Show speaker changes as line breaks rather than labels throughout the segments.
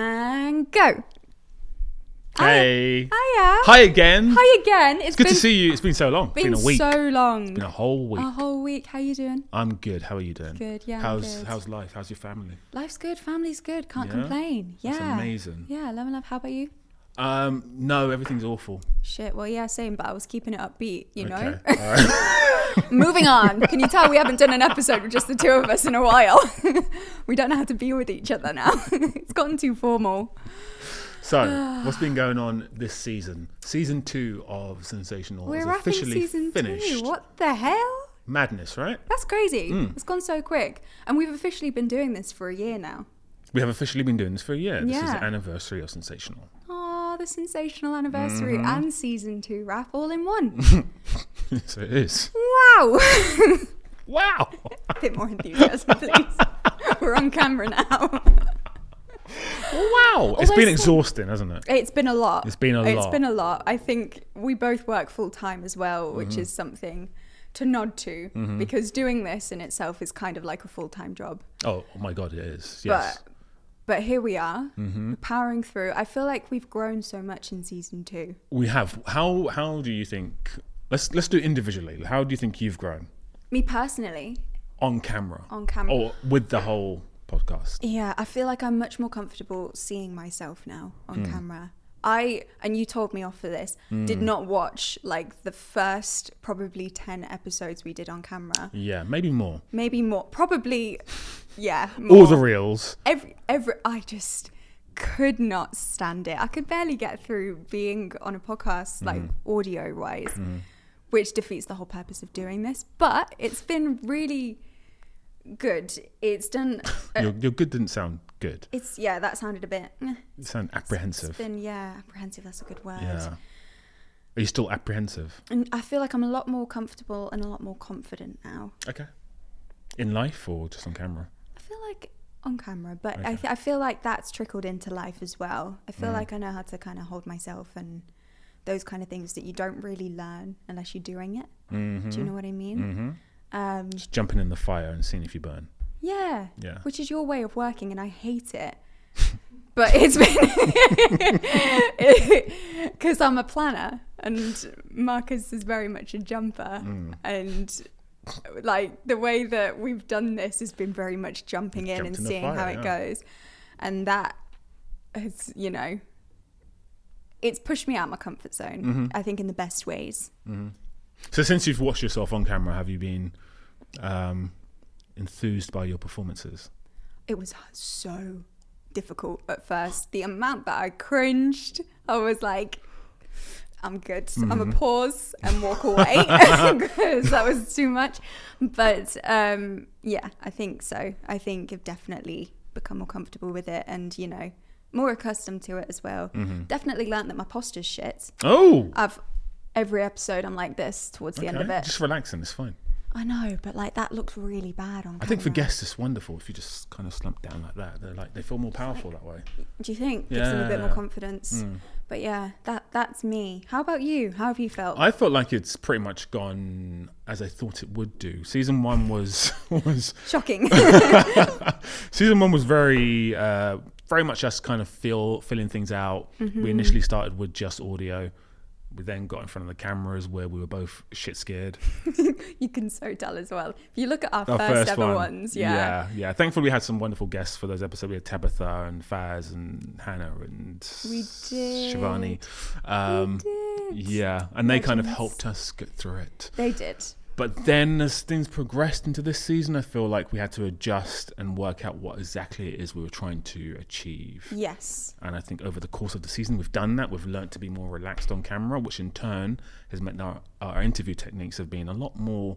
and go.
Hey.
Hiya.
Hi again.
Hi again. It's
Good
been,
to see you. It's been so long. It's
been
been a week.
so long.
been a whole week.
A whole week. How you doing?
I'm good. How are you doing?
Good, yeah, I'm
How's
good.
how's life? How's your family?
Life's good. Family's good. Can't
Yeah?
complain. Yeah.
That's amazing.
Yeah. Love and love. How about you?
Um, no, everything's awful.
Shit. Well, yeah, same. But I was keeping it upbeat. You know.
Okay. All right.
Moving on. Can you tell we haven't done an episode with just the two of us in a while? we don't know how to be with each other now. it's gotten too formal.
so, what's been going on this season? Season two of Sensational is
We're wrapping
officially
season
finished. Hmm.
two. What the hell?
Madness, right?
That's crazy. It's gone so quick. And we've officially been doing this for a year now.
We have officially been doing this for a year. This is
Yeah.
the anniversary of Sensational.
Oh, the sensational anniversary
Mm-hmm.
and season two wrap all in one.
so it is.
wow.
Wow.
A bit more enthusiasm, please. We're on camera now.
Wow. It's been
Although-
exhausting, hasn't it?
It's been a lot.
It's been a
It's
lot.
been a lot. I think we both work full time as well, which
Mm-hmm.
is something to nod to because doing this in itself is kind of like a full time job.
Oh, oh my God, it is. Yes. Mm-hmm.
But but here we are, we're powering through. I feel like we've grown so much in season two.
we have. How how do you think? Let's let's do it individually. How do you think you've grown
Me personally,
on camera?
On camera.
or with the whole podcast?
Yeah, I feel like I'm much more comfortable seeing myself now on camera. I and you told me off for this. Did not watch like the first probably 10 episodes we did on camera.
Yeah, maybe more.
Maybe more, probably yeah,
All
more.
the reels.
every every I just could not stand it. I could barely get through being on a podcast like audio wise, which defeats the whole purpose of doing this, but it's been really good. It's done
Your, your good didn't sound good.
It's yeah, that sounded a bit. eh.
It sounded
It's
apprehensive.
been yeah, apprehensive. That's a good word.
Yeah. Are you still apprehensive?
And I feel like I'm a lot more comfortable and a lot more confident now.
Okay. In life or just on camera?
I feel like on camera, but I, th- I feel like that's trickled into life as well. I
Mm.
feel like I know how to kind of hold myself and those kind of things that you don't really learn unless you're doing it. Do you
Mm.
know what I mean? Um,
Mm-hmm. Just jumping in the fire and seeing if you burn.
yeah.
Yeah.
Which is your way of working, and I hate it. But it's been because I'm a planner, and Marcus is very much a jumper,
Mm.
and like the way that we've done this has been very much jumping in and
jumped in the
seeing how
fire,
it
yeah.
goes, and that has you know, it's pushed me out of my comfort zone.
Mm-hmm.
I think in the best ways.
So since you've watched yourself on camera, have you been um, enthused by your performances?
it was so difficult at first. The amount that I cringed, I was like, I'm good. I'm
Mm-hmm.
gonna pause and walk away because that was too much. But um, yeah, I think so. I think I've definitely become more comfortable with it, and you know, more accustomed to it as well.
Mm-hmm.
Definitely learned that my posture's shit.
Oh,
I've every episode I'm like this towards the end of
okay.
it.
just relaxing. It's fine.
I know, but like that looks really bad on.
I think for guests, it's wonderful if you just kind of slump down like that. They're like they feel more powerful that way.
do you think gives them a bit more
Yeah. Hmm.
confidence but yeah that that's me how about you how have you felt
I felt like it's pretty much gone as I thought it would do. Season one was was
shocking
season one was very uh, very much us kind of feel filling things out.
Mm-hmm.
We initially started with just audio. We then got in front of the cameras where we were both shit scared.
you can so tell as well if you look at our,
Our
first, ever ones yeah,
yeah, yeah. Thankfully, we had some wonderful guests for those episodes. We had Tabitha and Faz and Hannah and
We
Shivani. Um,
did.
Yeah, and they kind of
Legends.
helped us get through it.
they did
But then, as things progressed into this season, I feel like we had to adjust and work out what exactly it is we were trying to achieve.
yes
And I think over the course of the season, we've done that. We've learnt to be more relaxed on camera, which in turn has meant our, our interview techniques have been a lot more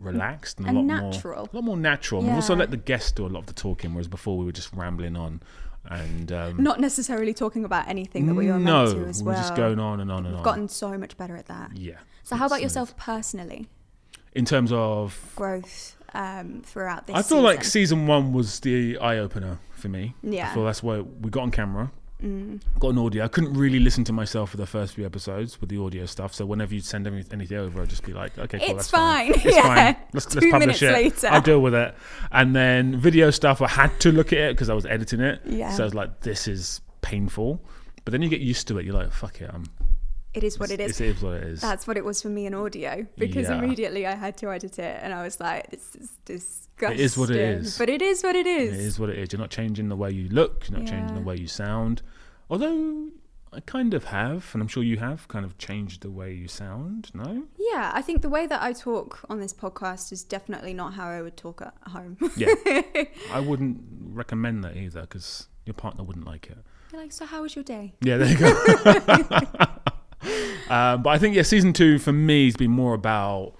relaxed and,
And
a lot
natural.
more, a lot more natural. And We've also
Yeah.
let the guests do a lot of the talking, whereas before we were just rambling on. And um,
not necessarily talking about anything that we were
no,
meant to as
we were
well
just going on and on and
we've
on.
gotten so much better at that
yeah.
so how about
It's, uh,
yourself personally
In terms of
growth um, throughout this
I feel like
season?
season one was the eye opener for me.
Yeah. Mm.
I feel that's where we got on camera. Got an audio. I couldn't really listen to myself for the first few episodes with the audio stuff. So whenever you'd send any, anything over, I'd just be like, okay, cool,
It's
that's fine.
fine.
It's
Yeah.
fine. Let's, let's
Two
publish
minutes
it.
later.
I'll deal with it. And then video stuff, I had to look at it because I was editing it.
Yeah.
So I was like, this is painful. But then you get used to it. You're like, fuck it. I'm,
It is what it is.
It is what it is.
That's what it was for me in audio because
Yeah.
immediately I had to edit it and I was like, this is disgusting.
what it is.
But it is what it is.
It is what it is. You're not changing the way you look. You're not changing the
Yeah.
way you sound. Although I kind of have, and I'm sure you have, kind of changed the way you sound. No.
Yeah, I think the way that I talk on this podcast is definitely not how I would talk at home.
Yeah. I wouldn't recommend that either because your partner wouldn't like it.
You're like, so how was your day?
Yeah, there you go. um, but I think yeah, season two for me has been more about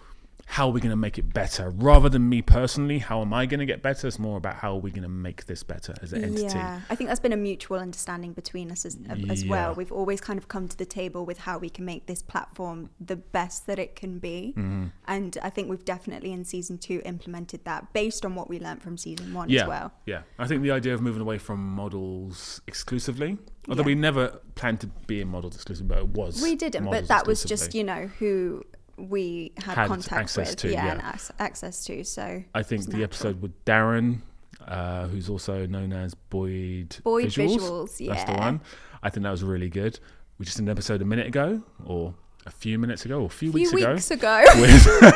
how are we going to make it better rather than me personally. How am I going to get better? It's more about how are we going to make this better as an entity.
Yeah, I think that's been a mutual understanding between us as, as
Yeah.
well. We've always kind of come to the table with how we can make this platform the best that it can be.
Mm-hmm.
And I think we've definitely in season two implemented that based on what we learned from season one
yeah,
as well.
Yeah, I think the idea of moving away from models exclusively, although
Yeah.
we never planned to be in models exclusively, but it was.
We didn't, but
models
that was just,
exclusively.
you know, who we had,
Had
contact
access
with.
to, yeah.
and ac- access to. So
I think the episode with Darren, uh, who's also known as Boyd.
Boyd
Visuals.
Visuals,
That's the
yeah.
one. I think that was really good. We just did an episode a minute ago, or a few minutes ago, or a few,
a few
weeks ago,
weeks ago.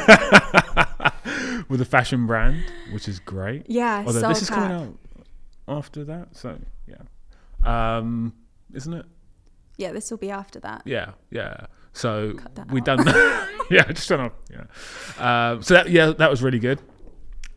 with a fashion brand, which is great.
yeah,
Although
Soul
Oh, this is coming
Cap.
out after that, so yeah, um, isn't it?
Yeah, this will be after that.
Yeah, yeah. So
that
we done. yeah, I just don't know. Yeah. Um, so that, yeah, that was really good.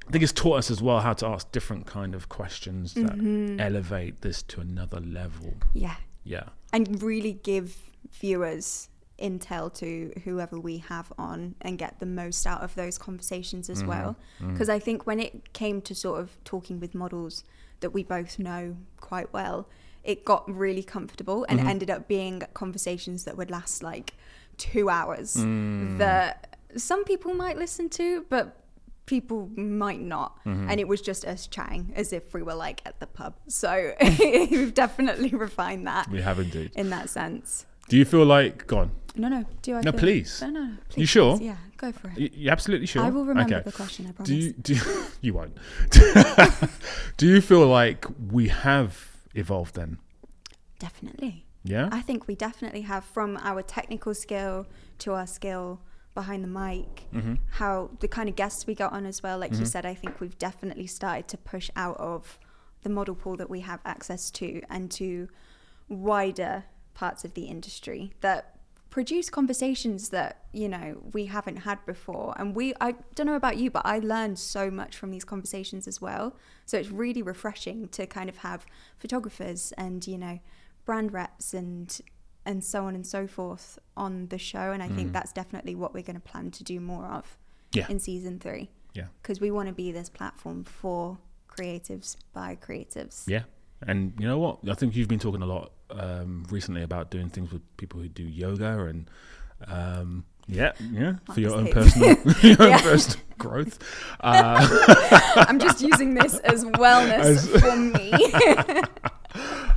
I think it's taught us as well how to ask different kind of questions that
Mm-hmm.
elevate this to another level.
Yeah.
Yeah,
And really give viewers intel to whoever we have on and get the most out of those conversations as well. Because I think when it came to sort of talking with models that we both know quite well, it got really comfortable and ended up being conversations that would last like two hours that some people might listen to, but people might not and it was just us chatting as if we were like at the pub so we've definitely refined that
we have indeed.
in that sense.
Do you feel like gone?
No, no. Do I?
No,
feel-
please.
No, no. no, Please,
You sure?
please, Yeah, go for it.
You, you absolutely sure?
I will remember
Okay.
the question. I promise.
Do you do you, you won't? do you feel like we have evolved then?
Definitely.
Yeah.
I think we definitely have from our technical skill to our skill behind the mic,
Mm-hmm.
how the kind of guests we got on as well. Like you said, I think we've definitely started to push out of the model pool that we have access to and to wider parts of the industry that produce conversations that you know we haven't had before and we i don't know about you but i learned so much from these conversations as well so it's really refreshing to kind of have photographers and you know brand reps and and so on and so forth on the show and i think that's definitely what we're going to plan to do more of
Mm. Yeah.
in season three
Yeah.
because we want to be this platform for creatives by creatives
Yeah. And you know what? I think you've been talking a lot um, recently about doing things with people who do yoga and um, yeah, yeah, for your own
just
personal, your own
Yeah.
personal growth. Uh,
i'm just using this as wellness for me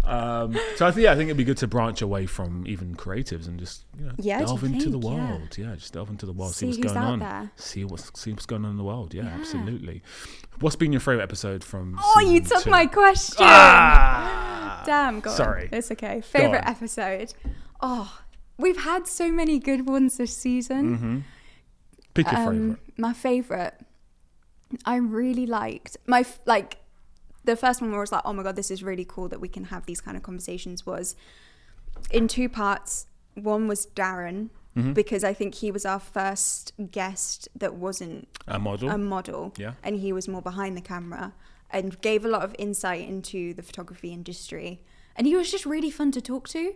um, so I think yeah, I think it'd be good to branch away from even creatives and just you know,
Yeah, do you
delve into the
think? Yeah.
world. Yeah. just delve into the world, see,
See who's
what's going
out
on,
there.
see what's see what's going on in the world. Yeah,
Yeah.
absolutely. What's been your favorite episode from?
Oh, you
season
took
two?
my question.
Ah!
Damn, go on.
Sorry.
It's okay.
Go
Favorite
on.
episode. Oh, we've had so many good ones this season.
Pick Mm-hmm. your
Um,
favorite.
my favorite. I really liked my f- like the first one where I was like, oh my god, this is really cool that we can have these kind of conversations. Was in two parts. One was Darren
Mm-hmm.
because I think he was our first guest that wasn't
A model.
a model
Yeah.
and he was more behind the camera and gave a lot of insight into the photography industry and he was just really fun to talk to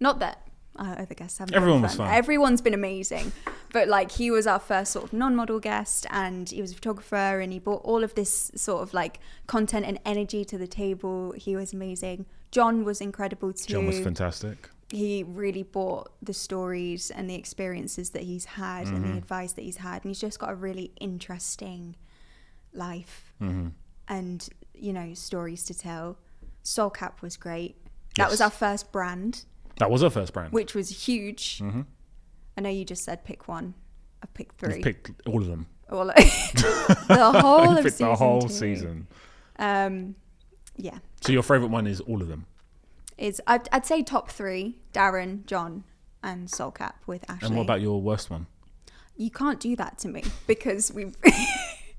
not that our other guests haven't been
Everyone was fun.
everyone's been amazing but like he was our first sort of non-model guest and he was a photographer and he brought all of this sort of like content and energy to the table he was amazing john was incredible too
John was fantastic.
he really bought the stories and the experiences that he's had and
Mm-hmm.
the advice that he's had and he's just got a really interesting
Mm-hmm.
life and you know stories to tell soulcap was great That
Yes.
was our first brand,
That was our first brand.
which was huge.
Mm-hmm.
I know you just said pick one. I picked
We've
three.
picked all of them.
All the whole
We've
of
picked
season
the whole
two.
season.
Um, yeah,
So your favorite one is all of them.
is I'd, I'd say top three: Darren, John, and Soulcap with Ashley.
And what about your worst one?
you can't do that to me because we've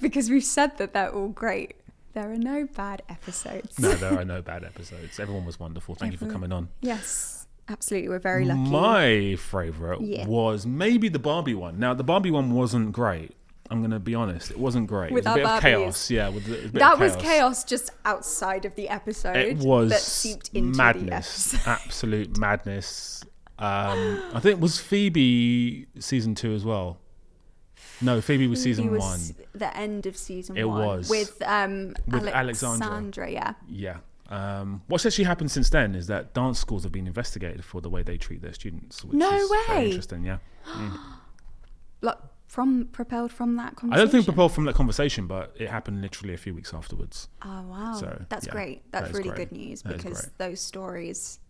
because we've said that they're all great. There are no bad episodes.
No, there are no bad episodes. Everyone was wonderful. Thank you for
Everyone-
coming on.
Yes, absolutely. We're very lucky.
My favorite
Yeah.
was maybe the Barbie one. Now the Barbie one wasn't great. I'm gonna be honest. It wasn't great.
With
it was a
our Barbies.
bit of chaos. Yeah, with a bit
that
of
was chaos just outside of the episode.
It was
that seeped into the
madness.
episode.
absolute madness. Um, I think it was Phoebe season two as well. No, Phoebe was season
It was
one.
the end of season
It
one.
was.
with um
With Alexandra.
Alexandra. Yeah,
Yeah. Um, what's actually happened since then is that dance schools have been investigated for the way they treat their students. Which
No
is very
way.
interesting. Yeah.
like from propelled from that
I
conversation.
don't think propelled from that conversation, but it happened literally a few weeks afterwards.
Oh wow,
So,
that's
yeah,
great.
that
That's
is
really
great.
good news
That is
because
great.
those stories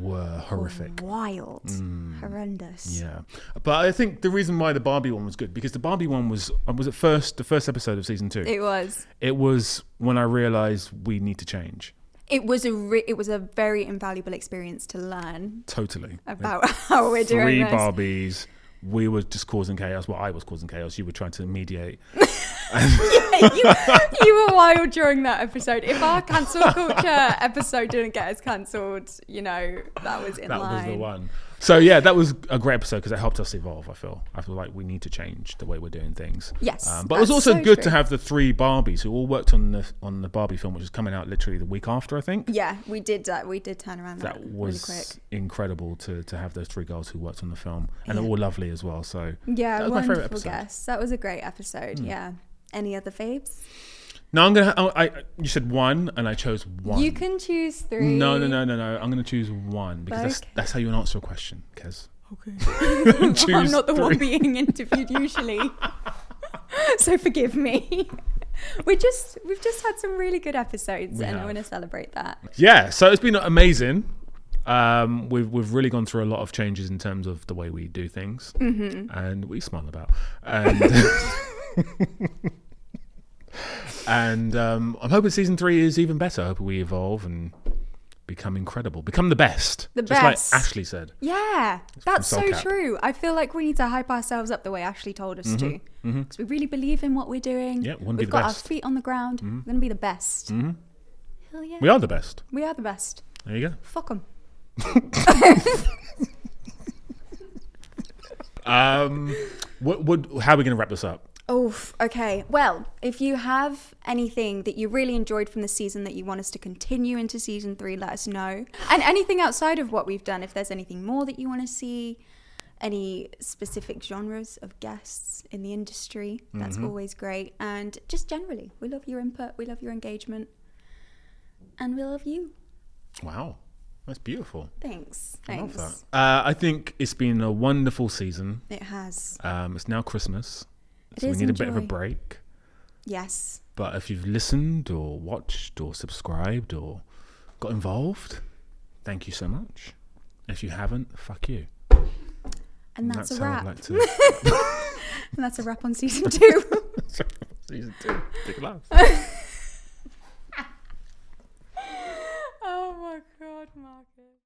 Were horrific.
wild,
Mm.
horrendous.
Yeah, but I think the reason why the Barbie one was good because the Barbie one was uh, was at first the first episode of season two. It,
It was.
was when I realized we need to change
It was a. Re- it was a very invaluable experience to learn
totally.
about how we're doing
Three
this.
Barbies. We were just causing chaos. Well, I was causing chaos. You were trying to mediate.
you, you were wild during that episode. If our cancel culture episode didn't get us cancelled, you know that was in
That
line.
was the one. So yeah, that was a great episode because it helped us evolve. I feel. I feel like we need to change the way we're doing things.
Yes,
Um, but it was
that's
also
so
good to
true.
have the three Barbies who all worked on the on the Barbie film, which is coming out literally the week after, I think.
Yeah, we did that. We did turn around that,
that
Mm-hmm. really
was
quick.
incredible to to have those three girls who worked on the film,
Yeah.
and they're all lovely as well. So
Yeah,
that was my favorite
wonderful
episode. Mm.
guess. That was a great episode. Yeah. Any other faves?
Now I'm gonna. oh, I, I you said one, and I chose one.
You can choose three.
no, no, no, no, no. I'm gonna choose one because that's
Okay.
that's how you answer a question, Kez.
Well, I'm
Choose
not the
three.
one being interviewed usually. so forgive me. We just we've just had some really good episodes
We
and I
have.
want to celebrate that.
Yeah, so it's been amazing. Um, we've we've really gone through a lot of changes in terms of the way we do things, mm-hmm. and we smile about. And, and um, I'm hoping season three is even better. I hope we evolve and become incredible, become the best.
The
just
best.
like Ashley said.
Yeah, that's so
Soulcap.
true. I feel like we need to hype ourselves up the way Ashley told us to, because we really believe in what we're doing.
Mm-hmm, Yeah, we wanna
we've
be the
got
best. Mm-hmm.
our feet on the ground. We're gonna be the best. Hell yeah,
We are the best.
we are the best.
There you go.
Fuck 'em.
Um, what, what, how are we going to wrap this up?
Oof. Okay. Well, if you have anything that you really enjoyed from the season that you want us to continue into season three, let us know. And anything outside of what we've done, if there's anything more that you want to see, any specific genres of guests in the industry, that's
Mm-hmm.
always great. And just generally, we love your input, we love your engagement, and we love you.
Wow, that's beautiful.
Thanks.
I love
Thanks.
that. Uh, I think it's been a wonderful season.
It has.
Um, it's now Christmas,
It
so we
is
need a bit of a
enjoy.
break.
Yes.
But if you've listened or watched or subscribed or got involved, thank you so much. If you haven't, fuck you.
And that's, a
how
wrap.
I'd like to.
and that's a wrap on season two.
Season two. Big laugh.